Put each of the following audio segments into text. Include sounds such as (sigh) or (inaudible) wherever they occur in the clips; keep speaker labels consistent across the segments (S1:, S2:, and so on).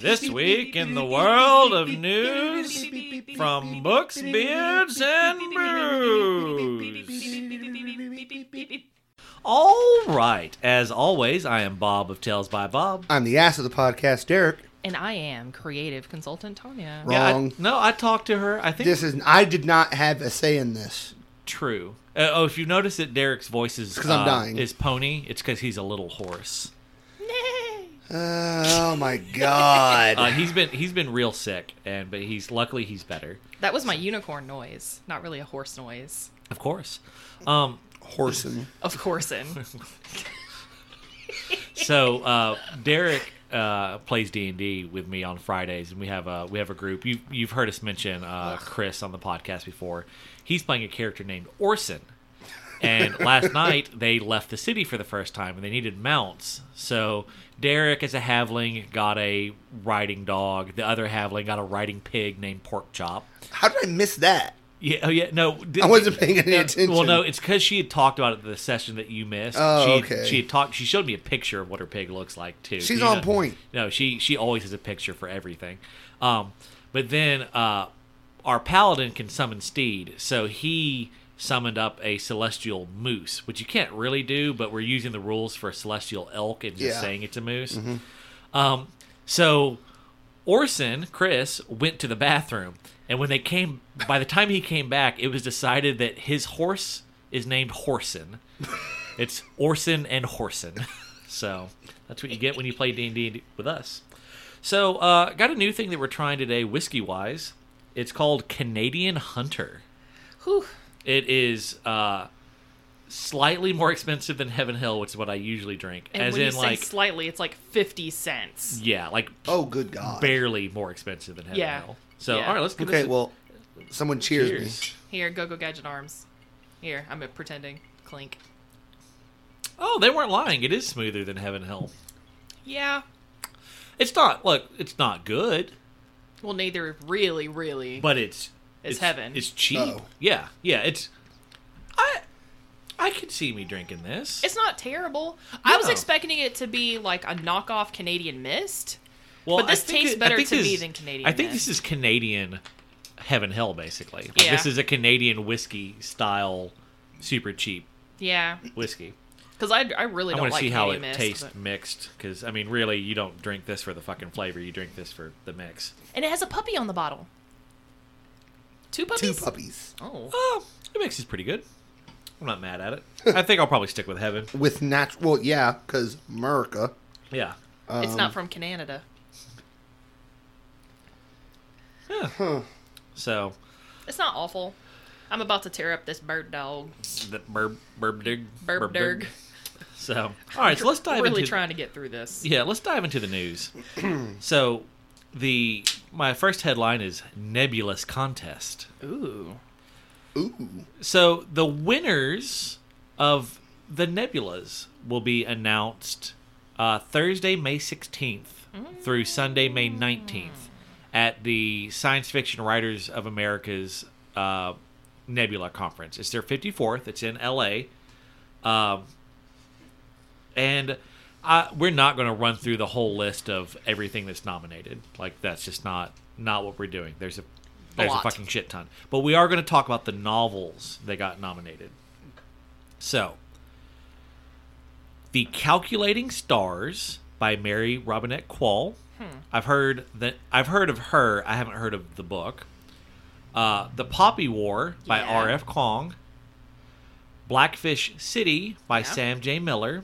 S1: This week in the world of news from books, beards, and brews. All right, as always, I am Bob of Tales by Bob.
S2: I'm the ass of the podcast, Derek.
S3: And I am creative consultant Tanya.
S2: Right.
S1: I-
S2: Wrong.
S1: no, I talked to her. I think
S2: This is I did not have a say in this.
S1: true. Uh, oh, if you notice that Derek's voice is uh,
S2: 'cause I'm dying.
S1: is pony, it's because he's a little hoarse.
S2: Uh, oh my
S1: (laughs)
S2: god.
S1: Uh, he's been he's been real sick, and but he's luckily he's better.
S3: That was my unicorn noise, not really a horse noise.
S1: Of course. Um,
S2: Horsing.
S3: Of
S1: (laughs)
S3: course, in
S1: so uh, Derek uh, plays D and D with me on Fridays, and we have a we have a group. You you've heard us mention uh, Chris on the podcast before. He's playing a character named Orson, and last night they left the city for the first time, and they needed mounts. So Derek, as a Havling, got a riding dog. The other Havling got a riding pig named Porkchop.
S2: How did I miss that?
S1: Yeah, oh yeah, no. th-
S2: I wasn't paying any
S1: no,
S2: attention.
S1: Well, no, it's because she had talked about it the session that you missed.
S2: Oh,
S1: she,
S2: okay.
S1: She had talked. She showed me a picture of what her pig looks like too.
S2: She's
S1: You
S2: on
S1: know-
S2: point.
S1: No, she she always has a picture for everything. Um, but then uh, our paladin can summon steed, so he summoned up a celestial moose, which you can't really do, but we're using the rules for a celestial elk and just
S2: Yeah.
S1: saying it's a moose. Um, so Orson, Chris, went to the bathroom, and when they came, by the time he came back, it was decided that his horse is named Horson. it's Orson and Horson. (laughs) So that's what you get when you play D and D with us. So uh, got a new thing that we're trying today, whiskey wise. It's called Canadian Hunter.
S3: Whew.
S1: It is uh, slightly more expensive than Heaven Hill, which is what I usually drink.
S3: And
S1: As
S3: when
S1: in,
S3: you say
S1: like,
S3: slightly, it's like fifty cents.
S1: yeah, like
S2: Oh good god.
S1: barely more expensive than Heaven
S3: Yeah.
S1: Hill. So
S3: Yeah.
S1: all right, let's give
S2: Okay,
S1: this a-
S2: well someone cheers, me.
S1: Cheers.
S3: Here, go go gadget arms. Here, I'm pretending. Clink.
S1: Oh, they weren't lying. It is smoother than Heaven Hill.
S3: Yeah.
S1: It's not look, it's not good,
S3: Well, neither really, really.
S1: but it's
S3: It's heaven.
S1: It's cheap.
S2: Oh.
S1: Yeah, yeah. It's I I could see me drinking this.
S3: it's not terrible. I was
S1: No.
S3: expecting it to be like a knockoff Canadian mist.
S1: well,
S3: but this
S1: I think
S3: tastes
S1: I
S3: better
S1: think
S3: to
S1: this-
S3: me than Canadian
S1: I think
S3: Mist.
S1: this is Canadian Heaven Hill, basically. Like,
S3: Yeah.
S1: This is a Canadian whiskey style, super cheap
S3: Yeah,
S1: whiskey.
S3: because I, I really
S1: I
S3: don't
S1: want to
S3: like
S1: see how it
S3: Canadian mist.
S1: tastes
S3: but-
S1: mixed, because I mean, really, you don't drink this for the fucking flavor. You drink this for the mix.
S3: And it has a puppy on the bottle. Two
S2: Two
S3: puppies.
S2: puppies.
S3: Oh.
S1: Oh, the mix is pretty good. I'm not mad at it. I think I'll probably stick with Heaven.
S2: With natural well, yeah, because America.
S1: Yeah.
S3: it's
S1: Um,
S3: not from Canada.
S1: Yeah. So
S3: It's not awful. I'm about to tear up this bird dog.
S1: the burb burb dig
S3: Burb derg.
S1: So all right, so let's dive
S3: really
S1: into
S3: trying to get through this.
S1: yeah, let's dive into the news. (clears throat) so the my first headline is nebulous contest.
S3: Ooh.
S2: Ooh.
S1: So the winners of the nebulas will be announced uh, Thursday, May 16th through Sunday, May 19th at the Science Fiction Writers of America's uh, Nebula Conference. It's their 54th. It's in L.A. Um, and I, we're not going to run through the whole list of everything that's nominated. Like that's just not not what we're doing. There's a there's a,
S3: lot.
S1: fucking shit ton. But we are going to talk about the novels that got nominated. So, The Calculating Stars by Mary Robinette Quall.
S3: Hmm.
S1: I've heard that I've heard of her. I haven't heard of the book. Uh, the Poppy War by
S3: Yeah.
S1: R.F. Kong. Blackfish City by Sam J. Miller.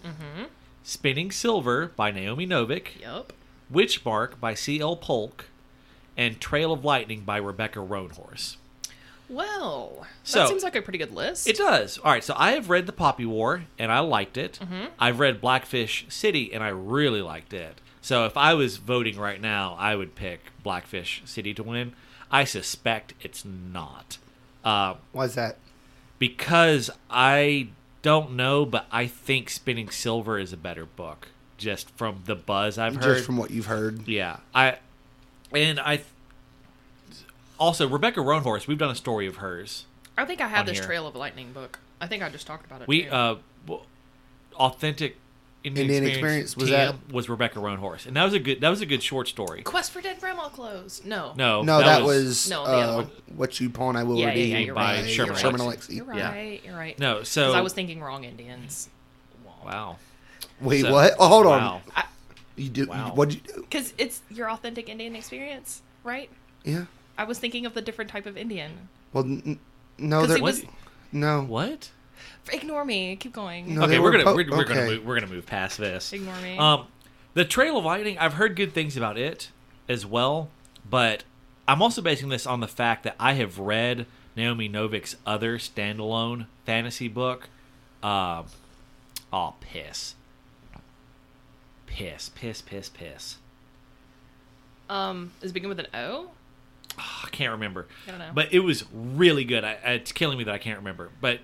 S1: Spinning Silver by Naomi Novik.
S3: Yup.
S1: Witchbark by C.L. Polk. And Trail of Lightning by Rebecca Roanhorse.
S3: Well,
S1: So-
S3: that seems like a pretty good list.
S1: It does. All right, so I have read The Poppy War and I liked it. I've read Blackfish City and I really liked it. So if I was voting right now, I would pick Blackfish City to win. I suspect it's not. Uh,
S2: Why's that?
S1: because I don't know, but I think Spinning Silver is a better book just from the buzz I've heard.
S2: Just from what you've heard.
S1: Yeah, I and I th- also Rebecca Roanhorse. We've done a story of hers.
S3: I think I have
S1: on
S3: this
S1: here. uh,
S3: Trail of Lightning book. I think I just talked about it.
S1: We
S3: too.
S1: uh, w- authentic Indian,
S2: Indian
S1: Experience,
S2: Experience, was
S1: TM was Rebecca Roanhorse, and that was a good that was a good short story.
S3: Quest for Dead Grandma Clothes. No.
S1: No,
S2: No, that was,
S3: No, the other
S2: uh,
S3: one.
S2: what you pawn I will
S3: Yeah, yeah,
S2: redeem
S3: yeah, you're
S2: by
S3: right.
S1: Sherman
S2: Sherman,
S1: Alexie.
S2: Alexie.
S3: You're
S1: Yeah.
S3: right. You're right.
S1: no. So
S3: Because I was thinking wrong Indians.
S1: wow,
S2: Wait,
S1: So-
S2: what? Oh, hold on.
S1: Wow.
S2: You do?
S1: Wow.
S2: What? You do?
S3: Because it's your authentic Indian experience, right?
S2: Yeah.
S3: I was thinking of the different type of Indian.
S2: Well, n- n- no,
S3: 'Cause
S2: there
S3: it
S1: What?
S3: was-
S2: no.
S1: What?
S3: Ignore me. Keep going.
S2: No.
S1: Okay,
S2: they
S1: we're
S2: were
S1: gonna
S2: po-
S1: we're, we're gonna
S2: okay.
S1: move, we're gonna move past this.
S3: Ignore me.
S1: Um, the Trail of Lightning. I've heard good things about it as well, but I'm also basing this on the fact that I have read Naomi Novik's other standalone fantasy book. Um, oh piss, piss, piss, piss, piss.
S3: Um, is it begin with an O?
S1: Ah, I can't remember.
S3: I don't know.
S1: But it was really good. I, it's killing me that I can't remember. But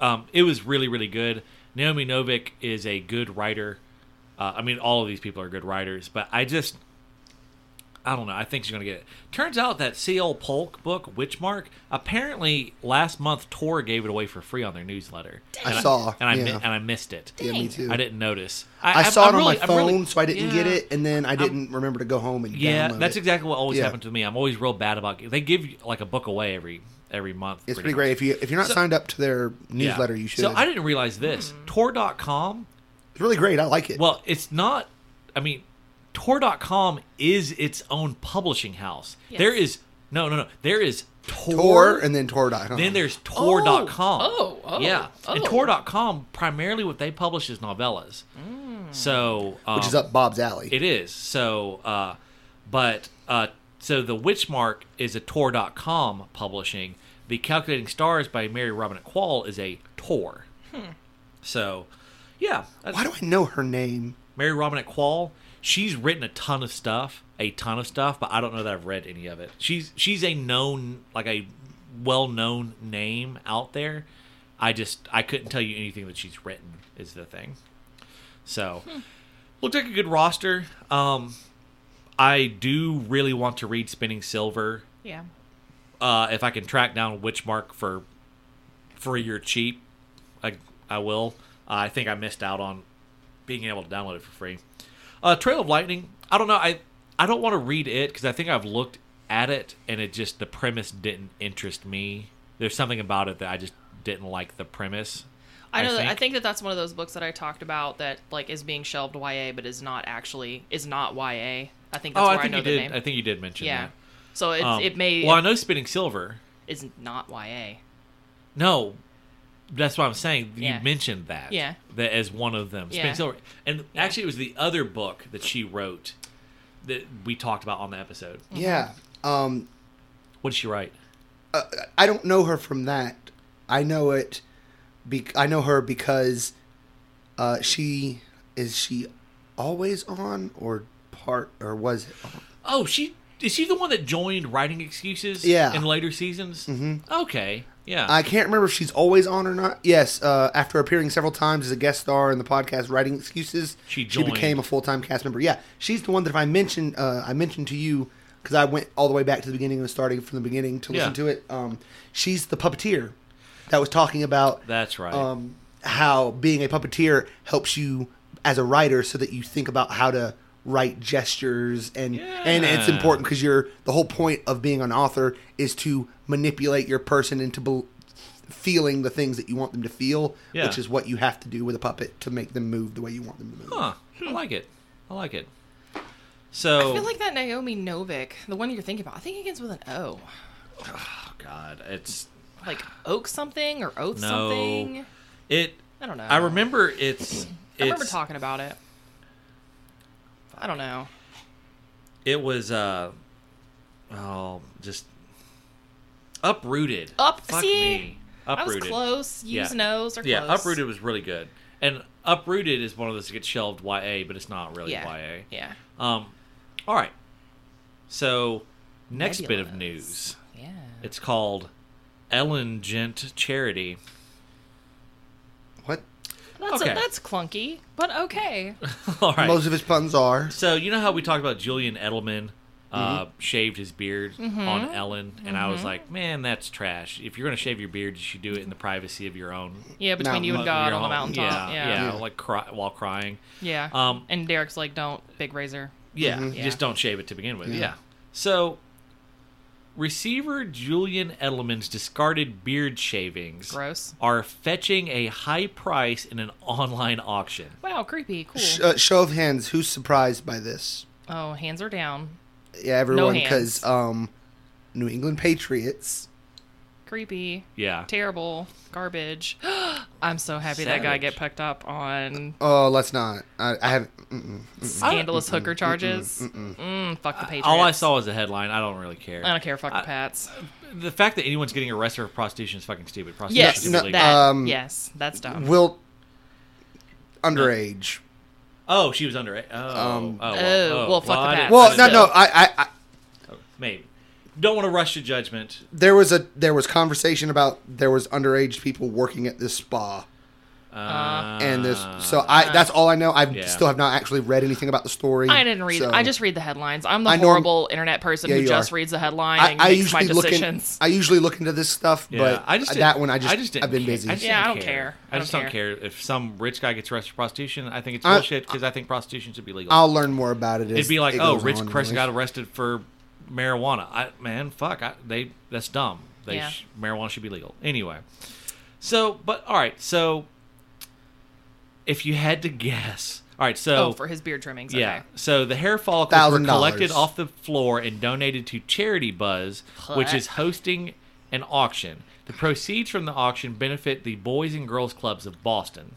S1: um, it was really, really good. Naomi Novik is a good writer. Uh, I mean, all of these people are good writers. But I just, I don't know. I think she's going to get it. Turns out that C.L. Polk book, Witchmark, apparently last month Tor gave it away for free on their newsletter.
S2: I
S1: And
S2: saw,
S1: And I, mi-
S2: yeah.
S1: and I missed it.
S2: Yeah, me
S3: Dang.
S2: too.
S1: I didn't notice.
S2: I
S1: I'm-
S2: saw it
S1: I'm
S2: on
S1: really-
S2: my
S1: I'm
S2: phone,
S1: really-
S2: so I didn't get
S1: Yeah.
S2: it, and then I didn't remember to go home and
S1: Yeah,
S2: download
S1: that's
S2: it.
S1: exactly what always
S2: Yeah.
S1: happened to me. I'm always real bad about. They give you like a book away every every month.
S2: It's pretty great if you if you're not
S1: So-
S2: signed up to their
S1: much. Yeah.
S2: newsletter, you should.
S1: So I didn't realize this. Tor.com.
S2: it's really great. I like it.
S1: Well, it's not. I mean, Tor.com is its own publishing house.
S3: Yes.
S1: There is no, no, no. There is Tor,
S2: Tor and then Tor.com.
S1: then there's Tor.com.
S3: Oh, oh,
S1: yeah. And
S3: oh.
S1: Tor.com primarily what they publish is novellas.
S3: Mm.
S1: So um,
S2: which is up Bob's alley.
S1: It is. So, uh, but uh, so the Witchmark is a Tor.com publishing. The Calculating Stars by Mary Robinette Quall is a Tor. So, yeah, that's
S2: Hmm. Why do I know her name?
S1: Mary Robinette Quall. She's written a ton of stuff, a ton of stuff, but I don't know that I've read any of it. She's she's a known like a well-known name out there. I just I couldn't tell you anything that she's written is the thing. So, looked like a good roster. Um, I do really want to read Spinning Silver.
S3: Yeah.
S1: Uh, if I can track down Witchmark for free or cheap, I I will. Uh, I think I missed out on being able to download it for free. Uh, Trail of Lightning. I don't know. I I don't want to read it because I think I've looked at it and it just the premise didn't interest me. There's something about it that I just didn't like the premise.
S3: I know. that I think that that's one of those books that I talked about that like is being shelved YA, but is not actually is not YA. I think that's
S1: Oh,
S3: where
S1: I
S3: I,
S1: think
S3: know
S1: you
S3: the
S1: did.
S3: name.
S1: I think you did mention
S3: yeah.
S1: that.
S3: So it,
S1: Um,
S3: it may
S1: Well, I know Spinning Silver.
S3: is not YA.
S1: No, that's what I'm saying. You
S3: Yeah.
S1: mentioned that.
S3: Yeah.
S1: That as one of them. Spinning
S3: Yeah.
S1: Silver. And actually, it was the other book that she wrote that we talked about on the episode.
S2: Yeah. Um,
S1: What did she write?
S2: I don't know her from that. I know it. Be- I know her because uh, she is she always on or part or was it? on?
S1: Oh, she is she the one that joined Writing Excuses?
S2: Yeah.
S1: In later seasons. Mm-hmm. Okay. Yeah.
S2: I can't remember if she's always on or not. Yes, uh, after appearing several times as a guest star in the podcast "Writing Excuses,"
S1: She
S2: she
S1: joined.
S2: became a full-time cast member. Yeah, she's the one that if I mentioned, uh, I mentioned to you because I went all the way back to the beginning and starting from the beginning to listen
S1: Yeah.
S2: to it. Um, she's the puppeteer that was talking about
S1: That's right.
S2: um, how being a puppeteer helps you as a writer so that you think about how to write gestures and and it's
S1: Yeah.
S2: important because you're the whole point of being an author is to manipulate your person into bel feeling the things that you want them to feel
S1: Yeah.
S2: which is what you have to do with a puppet to make them move the way you want them to move
S1: huh. I like it. I like it. So.
S3: I feel like that Naomi Novik, the one you're thinking about. I think it begins with an O,
S1: oh God, it's
S3: like Oak something or Oath
S1: no.
S3: something.
S1: It.
S3: I don't know.
S1: I remember it's.
S3: I remember
S1: it's-
S3: talking about it. I don't know.
S1: It was uh oh just uprooted.
S3: Up-
S1: Fuck
S3: see?
S1: me.
S3: I
S1: Uprooted.
S3: was close. Use
S1: Yeah.
S3: nose or close.
S1: Yeah, uprooted was really good. And uprooted is one of those that gets shelved YA, but it's not really
S3: Yeah.
S1: YA.
S3: Yeah.
S1: Um all right. So next bit of
S3: Nebulas.
S1: news.
S3: Yeah.
S1: It's called Ellen Gent Charity. (laughs)
S2: what
S3: That's
S1: okay.
S3: that's clunky, but okay.
S1: all right.
S2: most of his puns are
S1: So you know how we talked about Julian Edelman uh, uh, shaved his beard
S3: Mm-hmm.
S1: on Ellen, and I was like, man, that's trash. If you're gonna shave your beard, you should do it in the privacy of your own.
S3: Yeah, between
S2: Mountain
S3: you and
S1: your
S2: Mo-
S3: God on the
S1: own-
S3: mountaintop.
S1: Yeah,
S3: Yeah. Mm-hmm.
S1: yeah, like cry, while crying.
S3: Yeah.
S1: Um,
S3: and Derek's like, don't, big razor.
S1: Yeah,
S3: Yeah.
S1: you just don't shave it to begin with.
S2: Yeah.
S1: Yeah. So, receiver Julian Edelman's discarded beard shavings
S3: Gross.
S1: are fetching a high price in an online auction.
S3: Wow, creepy. Cool.
S2: Sh- uh, show of hands, who's surprised by this?
S3: oh, hands are down.
S2: Yeah, everyone,
S3: hands.
S2: because um, New England Patriots.
S3: Creepy.
S1: Yeah.
S3: Terrible. Garbage. (gasps) I'm so happy that guy
S1: Savage.
S3: get picked up on
S2: Oh, let's not. I, I have. Mm-mm.
S3: scandalous hooker charges. Mm, fuck the Patriots.
S1: All I saw was the headline. I don't really care.
S3: I don't care. Fuck the Pats.
S1: The fact that anyone's getting arrested for prostitution is fucking stupid. Prostitution
S3: Yes,
S1: should be
S2: no,
S1: legal.
S3: that.
S2: Um,
S3: yes, that's dumb.
S2: Will underage.
S1: oh, she was under it. Oh,
S2: Um,
S1: oh,
S3: Oh, well, fuck the
S1: I didn't-
S3: Pats.
S1: I
S2: Well, no,
S1: didn't
S2: no.
S1: know.
S2: I, I, I,
S1: maybe. Don't want to rush to judgment.
S2: there was a there was conversation about there was underage people working at this spa.
S1: Uh,
S2: and this so i that's all i know i
S1: Ah. yeah.
S2: still have not actually read anything about the story
S3: I didn't read.
S2: so-
S3: I just read the headlines. I'm the
S2: I norm-
S3: horrible internet person
S2: Yeah,
S3: who
S2: you
S3: just
S2: are.
S3: reads the headline
S2: I,
S3: and
S2: I
S3: makes my
S2: usually look in,
S3: decisions.
S2: I usually look into this stuff,
S1: Yeah,
S2: but
S1: I just
S2: that
S1: didn't-
S2: one I just, I
S1: didn't
S2: have been
S1: care.
S2: busy.
S1: I just
S3: Yeah,
S1: didn't
S3: I don't care. I
S1: I just
S3: don't
S1: don't care. if some rich guy gets arrested for prostitution. I think it's
S2: I-
S1: bullshit because I think prostitution should be legal.
S2: I'll learn more about it. As
S1: It'd be like,
S2: it
S1: oh,
S2: goes
S1: rich
S2: on,
S1: person
S2: anyways.
S1: got arrested for marijuana. I man, fuck, I, they that's dumb. They
S3: Yeah.
S1: sh- marijuana should be legal anyway. So, but all right, so if you had to guess, all right, so
S3: oh, for his beard trimmings.
S1: yeah.
S3: Okay.
S1: So the hair follicles were
S2: $1,000.
S1: collected off the floor and donated to Charity Buzz, which is hosting an auction. The proceeds from the auction benefit the Boys and Girls Clubs of Boston.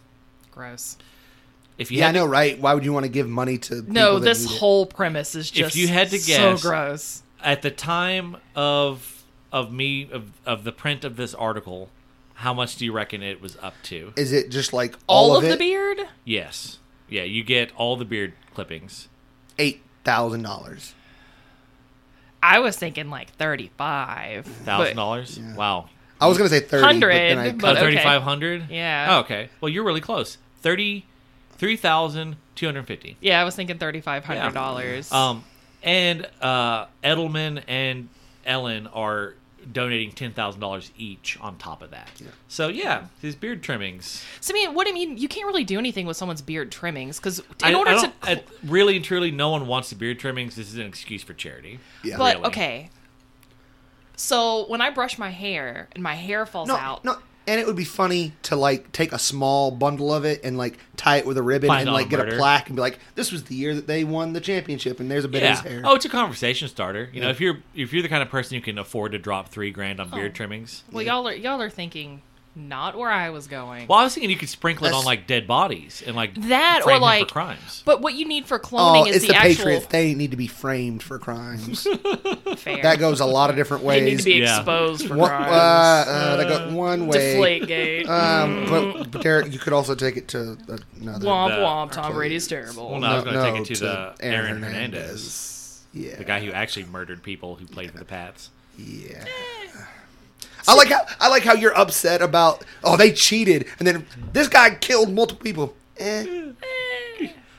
S3: Gross.
S1: If you
S2: Yeah, I
S1: had to-
S2: know, right? Why would you want to give money to?
S3: No,
S2: people that
S3: this
S2: need it?
S3: whole premise is just
S1: you had to
S3: so
S1: guess-
S3: gross.
S1: at the time of of me of, of the print of this article, how much do you reckon it was up to?
S2: is it just like all,
S3: All, of
S2: it?
S3: the beard?
S1: Yes. Yeah, you get all the beard clippings.
S2: Eight thousand dollars.
S3: I was thinking like 35.
S1: Thousand
S3: but-
S1: dollars? Wow.
S2: I was gonna say thirty, but then I
S3: 100,
S2: cut
S3: but-
S2: it.
S1: Oh,
S3: okay.
S1: 3500
S3: Yeah.
S1: Oh, okay. Well, you're really close. 30 3,250.
S3: Yeah, I was thinking $3,500.
S1: Um and uh Edelman and Ellen are donating $10,000 each on top of that. So, yeah, his beard trimmings.
S3: so, I mean, what I mean, you can't really do anything with someone's beard trimmings because in
S1: I- I
S3: order to.
S1: don't- I- really and truly, no one wants the beard trimmings. This is an excuse for charity.
S2: Yeah.
S3: but,
S1: really.
S3: okay. So, when I brush my hair and my hair falls
S2: no,
S3: out.
S2: no. And it would be funny to like take a small bundle of it and like tie it with a ribbon
S1: Find
S2: and
S1: all
S2: like
S1: the
S2: get a
S1: murder.
S2: plaque and be like, "This was the year that they won the championship," and there's a bit of his hair.
S1: Oh, it's a conversation starter. You know, if you're if you're the kind of person who can afford to drop three grand on
S3: Oh.
S1: beard trimmings.
S3: Well, y'all are, y'all are thinking not where I was going.
S1: Well, I was thinking you could sprinkle it
S2: That's-
S1: on like dead bodies and like
S3: That
S1: frame
S3: or
S1: him for
S3: like
S1: crimes.
S3: But what you need for cloning
S2: Oh,
S3: is
S2: it's
S3: the,
S2: the,
S3: actual
S2: Patriots. They need to be framed for
S3: (laughs)
S2: crimes.
S3: fair.
S2: that goes a lot of different
S3: they need
S2: ways.
S3: to be
S1: Yeah.
S3: exposed for
S2: one, uh,
S3: crimes.
S2: uh, that go one way.
S3: Deflate Mm. gate.
S2: Um, but, but Derek, you could also take it to another.
S3: womp
S1: the-
S3: womp. Tom Brady's terrible.
S1: Well, no, I was going to take it to, the Aaron, Hernandez,
S2: Yeah,
S1: the guy who actually murdered people who played for the Pats.
S2: Yeah. I like how I like how you're upset about oh they cheated and then this guy killed multiple people. Eh.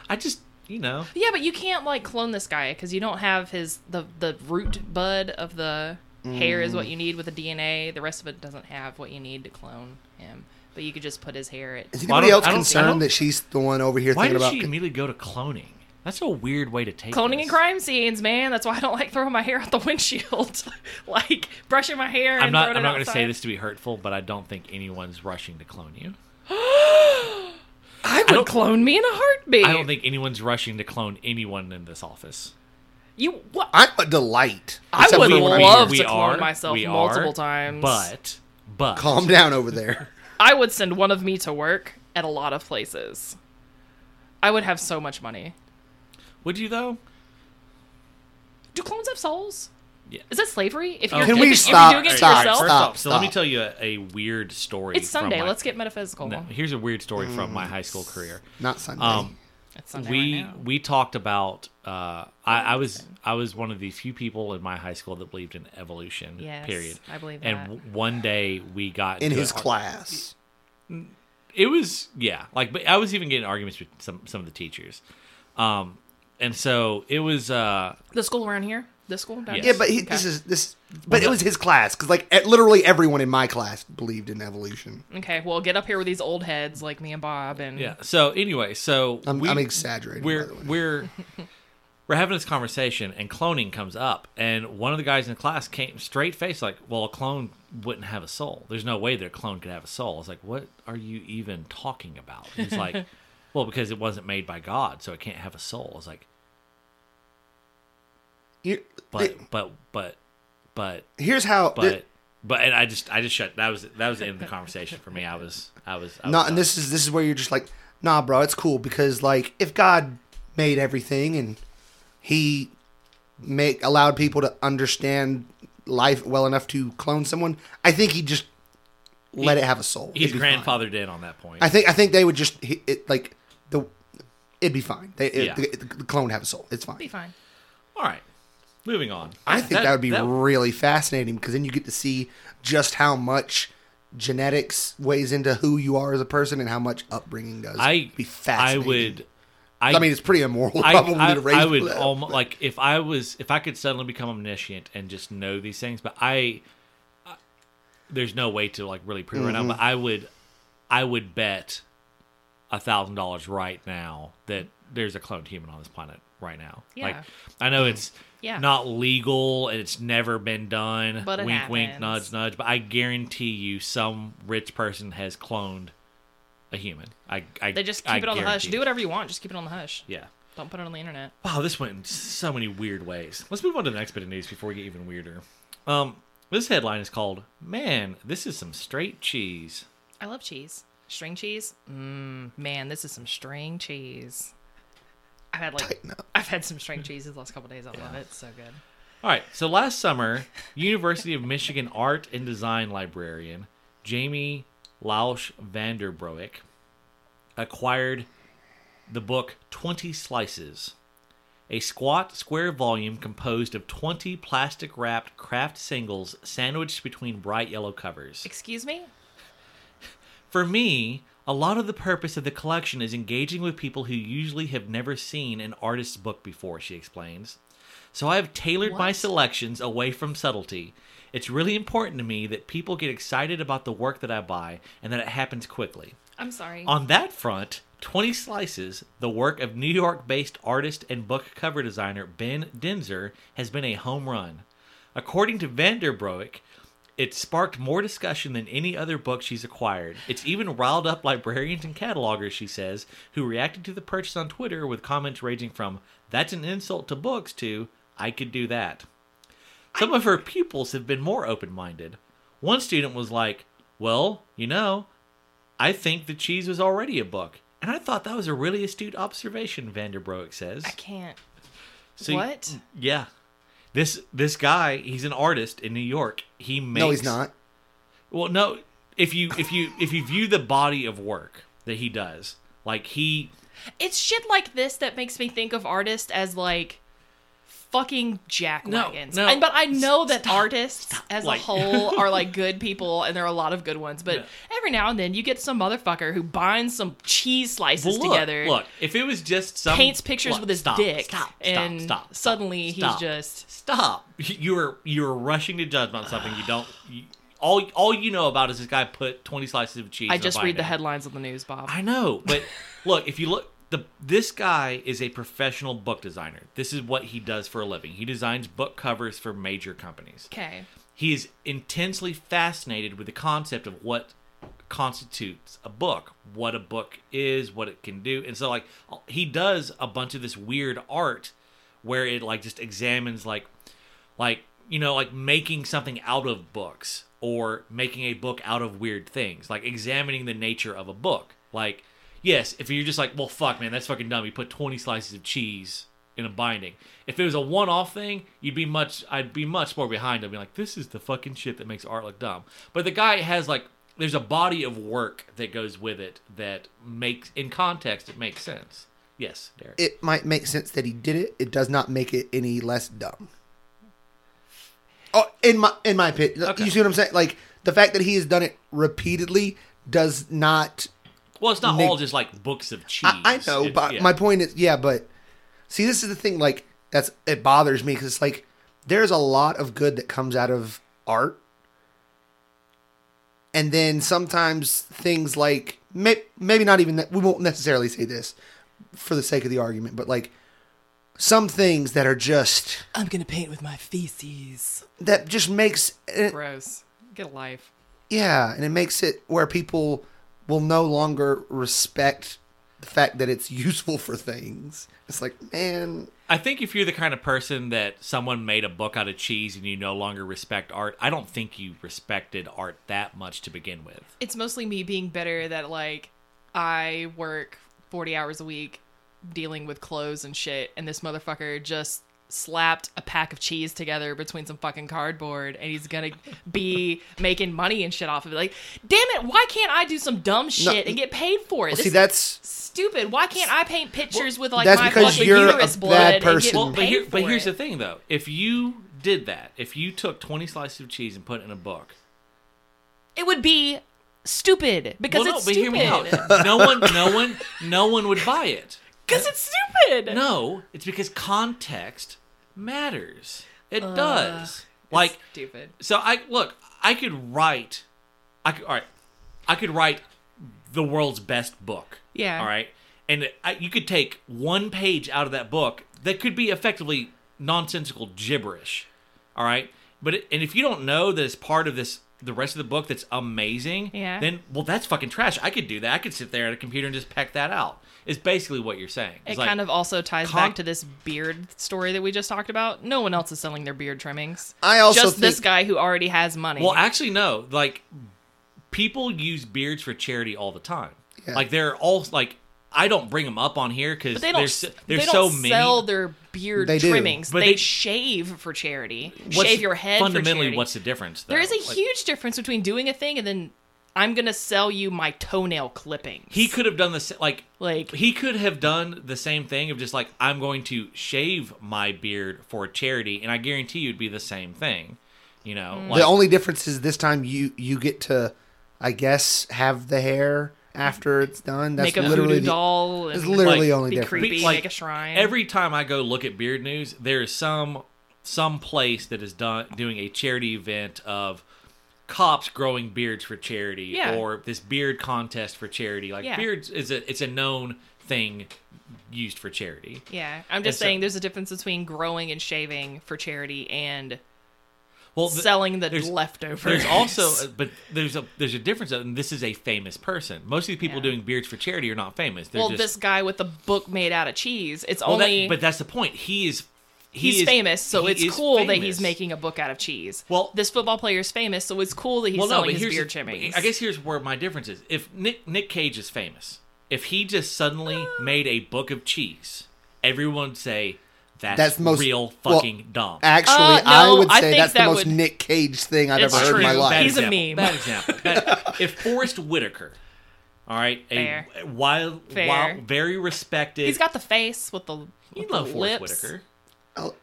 S1: I just, you know,
S3: Yeah, but you can't like clone this guy because you don't have his the the root bud of the hair is what
S1: Mm.
S3: you need with the DNA. The rest of it doesn't have what you need to clone him. But you could just put his hair at.
S2: Is
S1: Well, I
S2: anybody
S1: don't- I
S2: else
S1: don't- I don't-
S2: concerned that she's the one over here
S1: why
S2: thinking
S1: did
S2: about?
S1: she immediately go to cloning? That's a weird way to take
S3: Cloning
S1: this.
S3: and crime scenes, man. That's why I don't like throwing my hair out the (laughs) windshield, like brushing my hair.
S1: I'm
S3: and
S1: not.
S3: throwing
S1: I'm
S3: it
S1: not going to say
S3: outside.
S1: this to be hurtful, but I don't think anyone's rushing to clone you.
S3: I would
S1: don't-
S3: clone me in a heartbeat.
S1: I don't think anyone's rushing to clone anyone in this office.
S3: you. What?
S2: I'm a delight.
S3: I
S2: Except
S3: would
S2: for when I'm
S3: love-
S2: here.
S3: to clone myself multiple times.
S1: But, but
S2: Calm down over there.
S3: I would send one of me to work at a lot of places. I would have so much money.
S1: would you though?
S3: Do clones have souls?
S1: Yeah. Oh.
S3: Is that slavery? If you're,
S1: Can
S3: if,
S1: we
S3: if
S2: stop?
S3: you're doing it
S2: Stop,
S3: yourself,
S2: stop.
S1: First off, so let me tell you a, a weird story.
S3: it's
S1: from
S3: Sunday.
S1: my-
S3: Let's get metaphysical.
S1: No, (laughs) here's a weird story from my high school career.
S2: Not Sunday.
S1: Um,
S3: It's Sunday
S1: we
S3: right now.
S1: we talked about. Uh, I, I was I was one of the few people in my high school that believed in evolution.
S3: Yes,
S1: period.
S3: I believe
S1: And
S3: that.
S1: w- one day we got
S2: in
S1: into
S2: his
S1: an ar-
S2: class.
S1: it was yeah like but i was even getting arguments with some some of the teachers um and so it was uh
S3: The school around here. This school?
S1: Yes.
S2: Yeah, but he,
S3: Okay.
S2: this is this. But it was his class because like e- literally everyone in my class believed in evolution.
S3: Okay, well, get up here with these old heads like me and Bob, and
S1: Yeah. So anyway, so
S2: I'm,
S1: we-
S2: I'm exaggerating. by
S1: we're
S2: the way.
S1: we're (laughs) we're having this conversation, and cloning comes up, and one of the guys in the class came straight face like, "Well, a clone wouldn't have a soul. There's no way that a clone could have a soul." I was like, "What are you even talking about?" He's like, "Well, because it wasn't made by God, so it can't have a soul." I was like,
S2: You-
S1: "But but but but
S2: here's how.
S1: but." but and I just I just shut that was that was the end of the conversation for me. I was I was I was
S2: not
S1: done.
S2: and this is this is where you're just like nah bro it's cool because like if god made everything and he make allowed people to understand life well enough to clone someone i think he just let it have a soul
S1: he's
S2: It'd be fine.
S1: grandfathered in on that point.
S2: i think i think they would just he- it like the it'd be fine they it,
S1: Yeah.
S2: the, the clone would have a soul it's
S3: be
S2: fine
S3: fine.
S1: All right, moving on.
S2: i think that, would be really fascinating because then you get to see just how much genetics weighs into who you are as a person and how much upbringing does
S1: I
S2: be fascinating
S1: I would. I,
S2: I mean, it's pretty immoral.
S1: I,
S2: probably
S1: I,
S2: to raise
S1: I would
S2: people up.
S1: almost like if I was if I could suddenly become omniscient and just know these things, but I, I- there's no way to like really prove it right now.
S2: Mm-hmm.
S1: But I would, I would bet a thousand dollars right now that there's a cloned human on this planet right now. Like
S3: Yeah.
S1: I know it's
S3: Yeah.
S1: not legal and it's never been done.
S3: But it
S1: wink, wink, nudge,
S3: happens.
S1: nudge. But I guarantee you, some rich person has cloned a human. I, I
S3: They just keep
S1: I
S3: it on the hush.
S1: guarantee
S3: Do whatever you want. Just keep it on the hush.
S1: Yeah.
S3: Don't put it on the internet.
S1: Wow, this went in so many weird ways. Let's move on to the next bit of news before we get even weirder. Um, this headline is called "Man, this is some straight cheese."
S3: I love cheese. String cheese. Mmm, man, this is some string cheese. I've had like
S2: Tighten up.
S3: I've had some string cheese these last couple days. I love it. It's so good.
S1: All right, so last summer, University of Michigan art and design librarian Jamie Lausch Vanderbroek acquired the book 20 Slices, a squat square volume composed of 20 plastic wrapped craft singles sandwiched between bright yellow covers.
S3: Excuse me?
S1: For me, a lot of the purpose of the collection is engaging with people who usually have never seen an artist's book before, she explains. So I have tailored my
S3: What?
S1: selections away from subtlety. It's really important to me that people get excited about the work that I buy and that it happens quickly.
S3: I'm sorry.
S1: On that front, 20 Slices, the work of New York based artist and book cover designer Ben Denzer, has been a home run. According to Vanderbroek, it sparked more discussion than any other book she's acquired. It's even riled up librarians and catalogers, she says, who reacted to the purchase on Twitter with comments ranging from, that's an insult to books, to, I could do that. Some of her pupils have been more open minded. One student was like, Well, you know, I think the cheese was already a book. And I thought that was a really astute observation, Vanderbroek says.
S3: I can't.
S1: So you-
S3: what?
S1: yeah. This this guy, he's an artist in New York. He makes
S2: No, he's not.
S1: Well, no, if you if you if you view the body of work that he does, like he
S3: It's shit like this that makes me think of artists as like fucking jack
S1: No,
S3: wagons.
S1: no.
S3: And- but I know that artists as
S1: Like-
S3: a
S1: (laughs)
S3: whole are like good people and there are a lot of good ones, but every now and then you get some motherfucker who binds some cheese
S1: well,
S3: slices
S1: look,
S3: together.
S1: Look, if it was just some
S3: paints pictures
S1: look,
S3: with his
S1: stop,
S3: dick,
S1: Stop, stop,
S3: and
S1: stop, stop,
S3: suddenly
S1: stop.
S3: he's just
S1: stop you're you're rushing to judgment on something you don't you, all all you know about is this guy put 20 slices of cheese
S3: I
S1: in a
S3: just read the
S1: binder.
S3: headlines on the news, Bob.
S1: i know but (laughs) look if you look the this guy is a professional book designer this is what he does for a living he designs book covers for major companies
S3: okay.
S1: he is intensely fascinated with the concept of what constitutes a book, what a book is, what it can do. And so like he does a bunch of this weird art where it like just examines like like you know like making something out of books or making a book out of weird things, like examining the nature of a book. Like yes, if you're just like, well fuck man, that's fucking dumb. You put 20 slices of cheese in a binding. If it was a one-off thing, you'd be much. I'd be much more behind him. Be like, this is the fucking shit that makes art look dumb. But the guy has like, there's a body of work that goes with it that makes, in context, it makes sense. Yes, Derek.
S2: It might make sense that he did it. It does not make it any less dumb. Oh, in my in my opinion,
S1: Okay.
S2: you see what I'm saying? Like the fact that he has done it repeatedly does not.
S1: well, it's not
S2: Nick-
S1: all just like books of cheese.
S2: I, I know,
S1: It-
S2: but
S1: yeah.
S2: my point is, yeah, but see, this is the thing. Like that's it bothers me because it's like there's a lot of good that comes out of art. And then sometimes things like may, maybe not even that we won't necessarily say this for the sake of the argument, but like some things that are just
S3: I'm gonna paint with my feces.
S2: that just makes it,
S3: Gross. Get a life.
S2: yeah, and it makes it where people will no longer respect the fact that it's (laughs) useful for things. It's like, man,
S1: I think if you're the kind of person that someone made a book out of cheese and you no longer respect art, I don't think you respected art that much to begin with.
S3: It's mostly me being bitter that like I work 40 hours a week dealing with clothes and shit, and this motherfucker just slapped a pack of cheese together between some fucking cardboard and he's gonna
S2: (laughs)
S3: be making money and shit off of it like damn it why can't i do some dumb shit and get paid for it
S2: well,
S3: This
S2: see that's
S3: is stupid why can't i paint pictures with like
S2: that's
S3: my
S2: because
S3: fucking
S2: you're a
S3: uterus
S2: bad
S3: blood and
S2: person.
S3: get
S2: Well,
S1: But,
S3: paid
S1: here, but
S3: for
S1: here's
S3: it?
S1: the thing, though. If you did that, if you took 20 slices of cheese and put it in a book,
S3: it would be stupid because
S1: well,
S3: it's
S1: no, but hear me out.
S3: (laughs) stupid
S1: No one, no one, no one would buy it.
S3: because it's stupid
S1: No, it's because context matters. It
S3: Uh,
S1: does. Like,
S3: stupid
S1: so I look. I could write. I could all right. I could write the world's best book.
S3: Yeah.
S1: All right. And I, you could take one page out of that book that could be effectively nonsensical gibberish. All right. But it, and if you don't know that it's part of this, the rest of the book that's amazing.
S3: Yeah.
S1: Then well, that's fucking trash. I could do that. I could sit there at a computer and just peck that out. It's basically what you're saying.
S3: it
S1: It's like,
S3: kind of also ties
S1: con-
S3: back to this beard story that we just talked about no one else is selling their beard trimmings
S2: I also
S3: just
S2: think,
S3: this guy who already has money
S1: Well, actually, no. Like, people use beards for charity all the time.
S2: Yeah.
S1: Like, they're all like, I don't bring them up on here because
S3: but they don't
S1: there's
S3: s-
S1: there's
S3: they
S1: so
S3: don't
S1: many.
S3: sell their beard
S2: They do,
S3: trimmings
S1: but
S3: they,
S1: they-
S3: shave for charity
S1: What's-
S3: shave your head for
S1: Fundamentally,
S3: charity.
S1: what's the difference? Though?
S3: there is a
S1: Like,
S3: huge difference between doing a thing and then i'm gonna sell you my toenail clippings
S1: He could have done the sa- like
S3: like
S1: he could have done the same thing of just like I'm going to shave my beard for charity, and I guarantee you'd be the same thing. You know,
S3: Mm.
S1: like,
S2: the only difference is this time you you get to, I guess, have the hair after it's done. That's
S3: make a
S2: literally
S3: voodoo
S2: the,
S3: doll
S2: It's
S3: and
S2: literally
S1: like,
S2: the only
S3: be
S2: difference.
S3: creepy
S1: Be- like,
S3: make a shrine
S1: every time I go look at Beard News, there is some some place that is done doing a charity event of cops growing beards for charity
S3: Yeah.
S1: or this beard contest for charity. Like
S3: Yeah.
S1: beards is a it's a known thing used for charity.
S3: Yeah, I'm
S1: And
S3: just
S1: so-
S3: saying there's a difference between growing and shaving for charity and
S1: Well, th-
S3: selling the
S1: there's-
S3: leftovers.
S1: There's also, but there's a there's a difference, and this is a famous person. Most of the people
S3: Yeah.
S1: doing beards for charity are not famous. They're
S3: well,
S1: just,
S3: this guy with the book made out of cheese. It's
S1: well, that-
S3: only
S1: but that's the point. He is he
S3: he's
S1: is-
S3: famous, so
S1: he
S3: it's
S1: is
S3: cool that he's
S1: famous.
S3: making a book out of cheese.
S1: Well-
S3: this football player is famous, so it's cool that he's selling his beer
S1: the-
S3: trimmings.
S1: I guess here's where my difference is. If Nick Nick Cage is famous, if he just suddenly
S3: Ah.
S1: made a book of cheese, everyone would say that's,
S2: That's most-
S1: real
S2: well,
S1: fucking dumb.
S2: Actually,
S3: Uh,
S2: I
S3: no,
S2: would
S3: I
S2: say
S3: think
S2: that's the
S3: that
S2: most
S3: would-
S2: Nick Cage thing I've
S3: It's
S2: ever heard in
S3: true.
S2: my
S1: Bad
S2: life.
S3: He's a
S1: example,
S3: meme.
S1: Bad example. Bad- (laughs) if Forrest Whitaker, all right, a
S3: Fair.
S1: wild,
S3: Fair.
S1: wild, very respected.
S3: he's got the face with the with
S1: you
S3: the
S1: love Forrest
S3: lips
S1: Whitaker.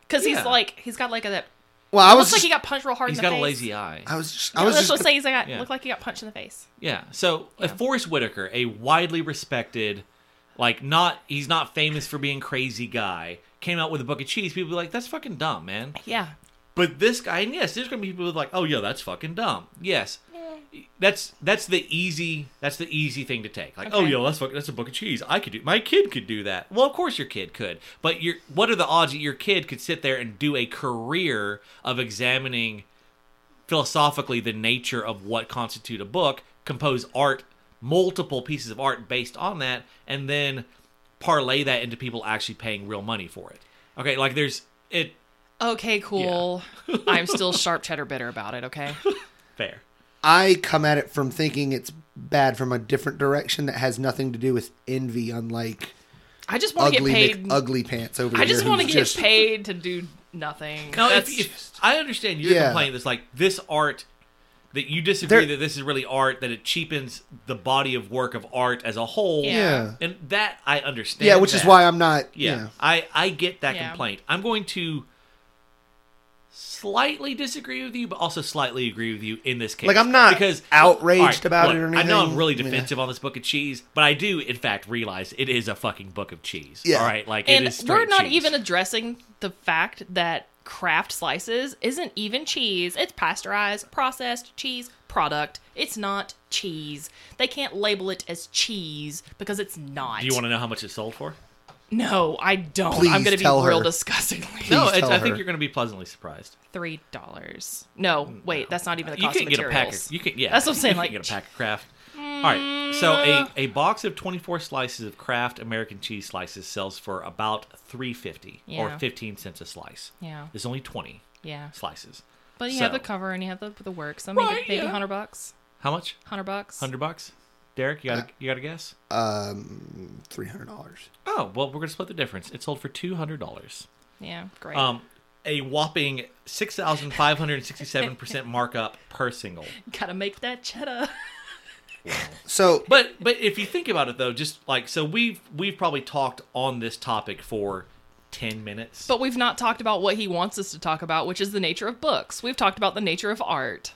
S3: because
S1: Yeah.
S3: he's like he's got like a that.
S2: well, I was
S3: Looks like
S2: just,
S3: he got punched real hard.
S1: He's
S3: in the
S1: got a
S3: face.
S1: lazy eye.
S2: I was just,
S3: I
S2: I was
S3: Let's
S2: just
S3: just say he's like
S1: Yeah.
S3: looked like he got punched in the face.
S1: Yeah. So uh, Forrest Whitaker, a widely respected, like not he's not famous for being crazy guy, came out with a book of cheese. People be like, that's fucking dumb, man.
S3: Yeah,
S1: But this guy, and yes, there's gonna be people who are like, oh yeah, that's fucking dumb. Yes, that's that's the easy that's the easy thing to take. Like, oh
S3: Okay.
S1: yo, that's fucking, that's a book of cheese. I could do my kid could do that. Well, of course your kid could. But your what are the odds that your kid could sit there and do a career of examining philosophically the nature of what constitute a book, compose art, multiple pieces of art based on that, and then parlay that into people actually paying real money for it. Okay, like there's it (laughs)
S3: Okay, cool. I'm still sharp cheddar bitter about it, okay?
S1: fair.
S2: I come at it from thinking it's bad from a different direction that has nothing to do with envy, unlike
S3: I just want to get
S2: ugly
S3: paid.
S2: Mc, ugly pants over
S3: I
S2: here.
S3: just want to
S2: who's
S3: get paid to do nothing.
S1: No, if,
S3: That's-
S1: if I understand your
S2: Yeah.
S1: complaint, that's like this art that you disagree
S2: There-
S1: that this is really art that it cheapens the body of work of art as a whole.
S2: Yeah.
S1: and that I understand.
S2: Yeah, which is
S1: is
S2: why I'm not.
S1: yeah,
S2: yeah.
S1: I I get that
S3: Yeah.
S1: complaint. I'm going to slightly disagree with you, but also slightly agree with you in this case.
S2: Like, I'm not outraged about it or
S1: I know I'm
S2: anything.
S1: really
S2: Yeah.
S1: defensive on this book of cheese, but I do in fact realize it is a fucking book of cheese.
S2: Yeah.
S1: all right, like
S3: and
S1: it is.
S3: we're
S1: straight
S3: not
S1: cheese.
S3: even addressing the fact that Kraft slices isn't even cheese. It's pasteurized, processed cheese product. It's not cheese. They can't label it as cheese because it's not.
S1: Do you want to know how much it sold for?
S3: No, I don't. I'm
S2: Please
S3: going to
S2: tell
S3: be real
S2: her.
S3: disgustingly.
S1: no, it's,
S2: tell
S1: I think
S2: her.
S1: you're going to be pleasantly surprised.
S3: Three dollars. No, wait, that's not even the
S1: Mm, You
S3: cost
S1: can
S3: of
S1: get a
S3: materials.
S1: pack. Of, you can yeah.
S3: That's what I'm saying,
S1: You
S3: like-
S1: can get a pack of Kraft. All right. So a, a box of 24 slices of Kraft American cheese slices sells for about 3.50 or
S3: Yeah.
S1: 15 cents a slice.
S3: Yeah.
S1: There's only 20
S3: yeah,
S1: slices.
S3: but you
S1: So-
S3: have the cover and you have the the works. I mean,
S1: Right,
S3: maybe
S1: yeah.
S3: hundred bucks.
S1: How much?
S3: Hundred bucks.
S1: 100 bucks? Derek, you got
S2: Uh,
S1: to you got to guess?
S2: Um, three hundred dollars.
S1: Oh, well, we're going to split the difference. It sold for $200.
S3: Yeah, great.
S1: Um a whopping 6,567% markup per single.
S3: Gotta make that cheddar.
S2: So
S1: But but if you think about it though, just like so we've we've probably talked on this topic for 10 minutes.
S3: But we've not talked about what he wants us to talk about, which is the nature of books. We've talked about the nature of art.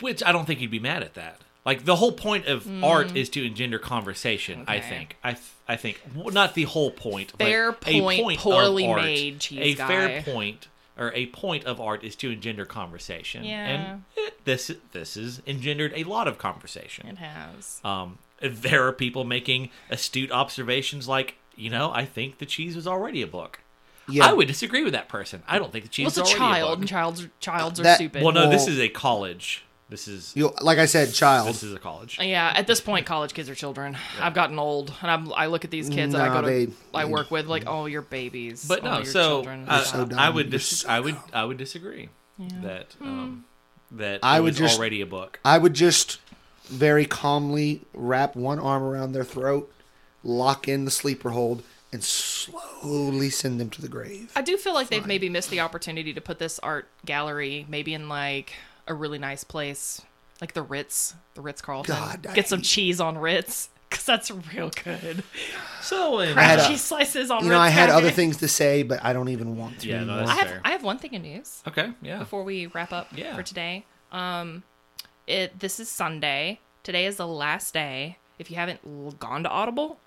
S1: Which I don't think you'd be mad at that. Like the whole point of art is to engender conversation. I
S3: Mm. Okay.
S1: think. I th- I think well, not the whole point. but
S3: Fair
S1: a
S3: point,
S1: of
S3: poorly
S1: art.
S3: made cheese
S1: A fair
S3: guy.
S1: point or a point of art is to engender conversation.
S3: Yeah.
S1: And it, this this has engendered a lot of conversation.
S3: It has.
S1: Um, (laughs) there are people making astute observations like, you know, I think the cheese was already a book.
S2: yeah,
S1: I would disagree with that person. I don't think the cheese
S3: Well, it's a
S1: was already
S3: child,
S1: a
S3: and
S1: book.
S3: childs, childs are
S2: That-
S3: stupid.
S1: Well, no, this
S2: Well-
S1: is a college. This is
S2: You like I said,
S1: this
S2: child.
S1: is a college.
S3: Yeah, at this point, college kids are children. I've gotten old, and I'm, I look at these kids that I
S2: Nah,
S3: go to,
S2: they-
S3: I work with, like, oh, you're babies.
S1: But
S3: oh,
S1: no,
S3: you're
S1: so, uh,
S3: children.
S1: I,
S2: so dumb.
S1: I would
S2: You're
S1: dis-
S2: so
S1: I would I would disagree that
S3: Hmm.
S1: um, that
S2: I
S1: it
S2: would
S1: was
S2: just-
S1: already a book.
S2: I would just very calmly wrap one arm around their throat, lock in the sleeper hold, and slowly send them to the grave.
S3: I do feel like they've maybe missed the opportunity to put this art gallery maybe in like a really nice place, like the Ritz, the Ritz Carlton.
S2: God, I
S3: Get some
S2: hate-
S3: cheese on Ritz, cause that's real good.
S1: So in,
S2: had a-
S3: cheese slices on
S2: You
S3: Ritz.
S2: know, I had other
S3: package.
S2: things to say, but I don't even want to.
S1: Yeah, no,
S2: anymore.
S1: that's-
S3: I have
S1: Fair.
S3: I have one thing in news
S1: okay, yeah,
S3: before we wrap up
S1: Yeah.
S3: for today. Um, it this is Sunday. Today is the last day. If you haven't l- gone to Audible,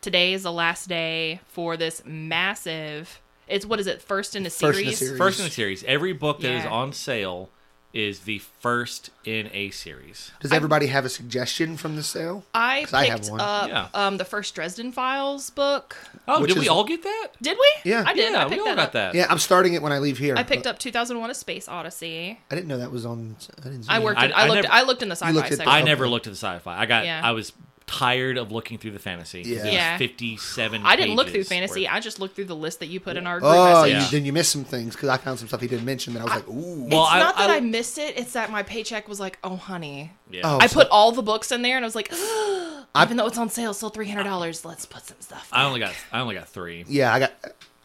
S3: today is the last day for this massive. It's what is it? First in a series.
S2: First in a series.
S1: first in the series. Every book that is
S3: Yeah.
S1: on sale is the first in a series.
S2: Does everybody have a suggestion from the sale?
S3: I
S2: 'Cause
S3: picked
S2: I have one.
S3: up
S1: Yeah.
S3: um, the first Dresden Files book.
S1: Oh,
S2: Which
S1: did we
S2: is-
S1: all get that?
S3: Did we?
S2: Yeah.
S3: I did.
S1: yeah,
S3: I
S1: we
S3: picked
S1: all
S3: that
S1: got
S3: up.
S1: that.
S2: Yeah, I'm starting it when I leave here.
S3: I picked up 2001: A Space Odyssey.
S2: I didn't know that was on. Mm. I didn't. see
S3: I
S2: that.
S3: worked.
S1: I-
S3: in,
S1: I
S3: I, looked.
S1: never-
S3: I looked in the sci-fi
S2: looked at the-
S3: section.
S1: I
S2: Okay.
S1: never looked at the sci-fi. I got.
S3: Yeah.
S1: I was tired of looking through the fantasy. 'cause it was
S2: Yeah.
S3: Yeah.
S1: Fifty-seven.
S3: I didn't look through
S1: pages
S3: fantasy.
S1: worth.
S3: I just looked through the list that you put in our group
S2: Oh,
S3: message.
S1: Yeah.
S2: you, then you missed some things because I found some stuff he didn't mention that I was like, ooh.
S1: Well,
S3: it's
S1: I-
S3: not that
S1: I-
S3: I, missed it. It's that my paycheck was like, oh, honey.
S1: Yeah.
S2: Oh,
S3: I
S2: so-
S3: put all the books in there, and I was like, (gasps) even though it's on sale, still three hundred dollars. Let's put some stuff.
S1: I only got. I only got three.
S2: Yeah, I got.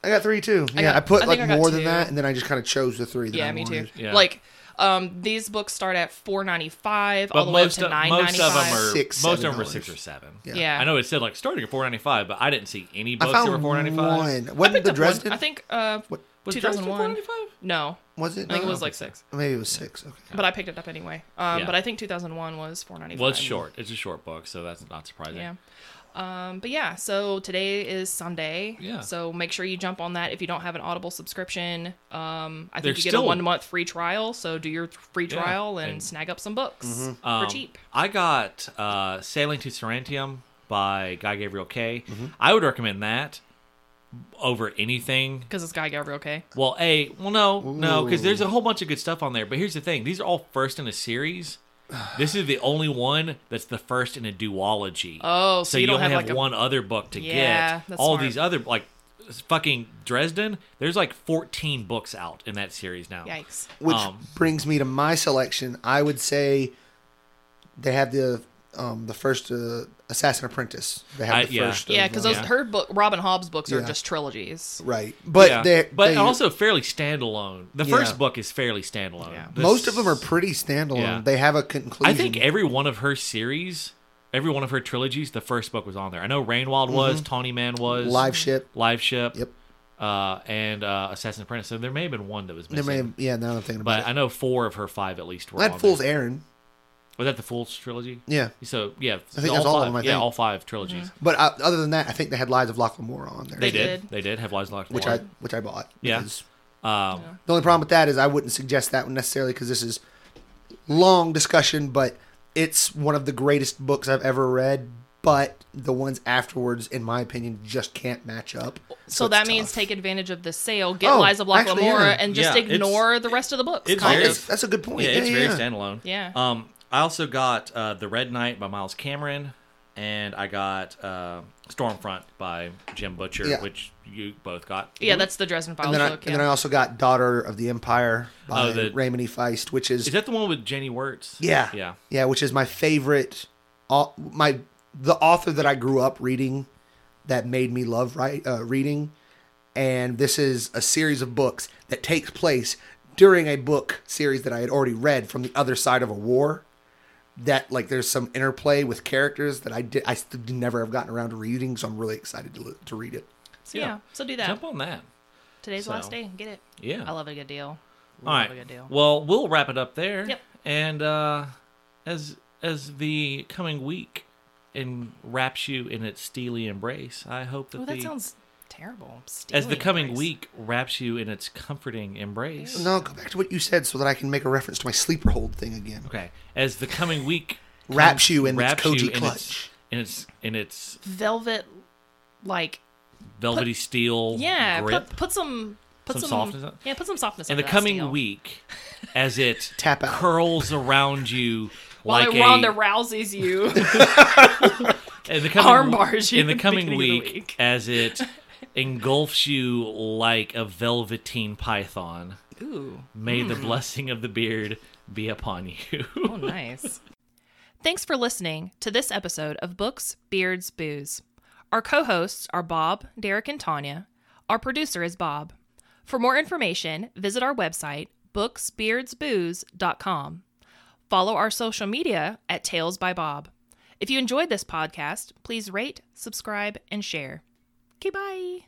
S2: I got three too. Yeah, I,
S3: got-
S2: put
S3: I
S2: like
S3: think I got
S2: more than
S3: two.
S2: that, and then I just kind of chose the three. That
S3: yeah,
S2: I
S3: me too.
S2: wanted.
S1: Yeah.
S3: Like, um, these books start at four ninety five all
S1: But
S3: the way up
S1: most
S3: to
S1: of,
S3: nine
S1: most
S3: ninety
S1: of them
S3: five.
S1: are
S2: Six,
S1: most of
S2: seven
S1: them are
S2: dollars.
S1: six or seven.
S2: Yeah.
S3: Yeah,
S1: I know it said like starting at four ninety five, but I didn't see any
S2: I
S1: books that were
S2: found
S1: four ninety five.
S2: one. Wasn't the
S3: picked up one.
S2: Dresden?
S3: I think uh,
S1: Was
S3: two
S1: Dresden
S3: thousand
S1: four
S3: one.
S1: ninety five?
S3: No,
S2: was it?
S3: I think it
S2: No.
S3: was like six,
S2: Maybe it was six. Okay.
S3: but I picked it up anyway. Um,
S1: Yeah.
S3: but I think two thousand one was four ninety five.
S1: Well, it's short. It's a short book, so that's not surprising.
S3: Yeah. Um, but yeah, so today is Sunday.
S1: Yeah.
S3: So make sure you jump on that if you don't have an Audible subscription. Um, I think
S1: There's
S3: you get
S1: still-
S3: a one month free trial. So do your free
S1: Yeah,
S3: trial and,
S1: and-
S3: snag up some books
S2: Mm-hmm.
S1: Um,
S3: for cheap.
S1: I got uh, Sailing to Sorrentium by Guy Gabriel K. I
S2: Mm-hmm.
S1: would recommend that over anything.
S3: Because it's Guy Gabriel K.
S1: Well, a well, no, no, because
S2: Ooh.
S1: there's a whole bunch of good stuff on there. But here's the thing: these are all first in a series. This is the only one that's the first in a duology.
S3: Oh, so you don't
S1: only
S3: have, like, a-
S1: one other book to
S3: Yeah,
S1: get.
S3: that's
S1: all
S3: smart.
S1: these other like fucking Dresden. There's like 14 books out in that series now.
S3: Yikes.
S2: Which
S1: Um,
S2: brings me to my selection. I would say they have the um, the first uh, Assassin Apprentice. They have
S1: I-
S2: the
S1: yeah.
S2: first.
S3: Yeah,
S2: of,
S3: because
S2: uh,
S3: those her book, Robin Hobb's books are
S2: Yeah.
S3: just trilogies.
S2: right, but
S1: Yeah.
S2: they're
S1: but
S2: they-
S1: also fairly standalone. The
S2: Yeah.
S1: first book is fairly standalone.
S3: Yeah.
S1: This-
S2: most of them are pretty standalone.
S1: Yeah.
S2: They have a
S1: I
S2: conclusion.
S1: think every one of her series, every one of her trilogies, the first book was on there. I know Rainwild was, Tawny Man was,
S2: Mm-hmm. live ship.
S1: Live Ship,
S2: Yep.
S1: uh, and uh, Assassin's Apprentice. So there may have been one that was
S2: There
S1: missing.
S2: may have, yeah, now I'm thinking about
S1: but I
S2: it.
S1: know four of her five at least were.
S2: I had
S1: on
S2: Fool's
S1: there.
S2: Aaron.
S1: Was that the Fool's trilogy?
S2: Yeah,
S1: So yeah, I
S2: think that's all of
S1: five,
S2: them, I
S1: yeah,
S2: think.
S1: all five trilogies.
S2: but uh, other than that, I think they had Lives of Locklemore on there,
S1: They,
S3: They
S1: did.
S3: did.
S1: They did have Lies Locked.
S2: which
S1: Door.
S2: I which I bought.
S1: Yeah.
S2: because
S1: Um,
S2: The only problem with that is I wouldn't suggest that one necessarily because this is long discussion, but it's one of the greatest books I've ever read. But the ones afterwards, in my opinion, just can't match up.
S3: So
S2: it's
S3: that means
S2: tough.
S3: take advantage of the sale, get
S2: Oh,
S3: Liza Block
S2: actually,
S3: Lamora,
S2: yeah.
S3: and just
S1: Yeah, it's-
S3: ignore the rest of the books.
S1: it's
S3: kind
S1: very-
S3: of.
S2: That's, that's a good point.
S1: yeah,
S2: Yeah,
S1: it's
S2: yeah,
S1: very
S2: yeah.
S1: standalone.
S3: Yeah.
S1: Um, I also got uh, The Red Knight by Miles Cameron, and I got uh, Stormfront by Jim Butcher,
S2: Yeah.
S1: which you both got.
S3: Yeah, that's the Dresden Files
S2: And then, I,
S3: book.
S2: and
S3: yeah.
S2: then I also got Daughter of the Empire by
S1: Oh, the-
S2: Raymond E. Feist, which is,
S1: Is that the one with Jenny Wirtz?
S2: yeah,
S1: Yeah.
S2: yeah, which is my favorite. au- My the author that I grew up reading, that made me love write, uh, reading, and this is a series of books that takes place during a book series that I had already read from the other side of a war. That like there's some interplay with characters that I did I st- never have gotten around to reading, so I'm really excited to li- to read it.
S3: so, yeah.
S1: yeah.
S3: so do that.
S1: Jump on that.
S3: Today's
S1: so-
S3: last day. Get it.
S1: Yeah.
S3: I love a good deal. Love
S1: All right.
S3: a good deal.
S1: Well, we'll wrap it up there.
S3: Yep.
S1: And uh, as as the coming week enwraps you in its steely embrace, I hope that
S3: Oh, that
S1: the
S3: sounds terrible.
S1: as the
S3: Stealing
S1: coming
S3: advice.
S1: week wraps you in its comforting embrace.
S2: No, go back to what you said so that I can make a reference to my sleeper hold thing again.
S1: Okay. As the coming week
S2: Wraps (laughs) you in its
S1: wraps
S2: koji
S1: you in
S2: clutch.
S1: In its, in its
S3: velvet, like
S1: velvety steel
S3: yeah,
S1: grip.
S3: put put some put
S1: Some
S3: some,
S1: softness on-
S3: yeah, put some softness.
S1: in
S3: onto
S1: the
S3: that
S1: coming
S3: steel.
S1: week, as it
S2: (laughs) Tap out.
S1: curls around you
S3: (laughs) while
S1: like
S3: it Ronda
S1: a
S3: Rousey's you,
S1: (laughs) in the coming,
S3: arm bars you
S1: in the
S3: at the
S1: coming
S3: beginning of
S1: week,
S3: the week.
S1: as
S3: (laughs)
S1: it engulfs you like a velveteen python.
S3: ooh,
S1: May the
S3: Hmm.
S1: blessing of the beard be upon you.
S3: oh nice. Thanks for listening to this episode of Books, Beards, Booze. Our co-hosts are Bob, Derek, and Tanya. Our producer is Bob. For more information, visit our website booksbeardsbooze.com. Follow our social media at Tales by Bob. If you enjoyed this podcast, please rate, subscribe, and share. Okay, bye.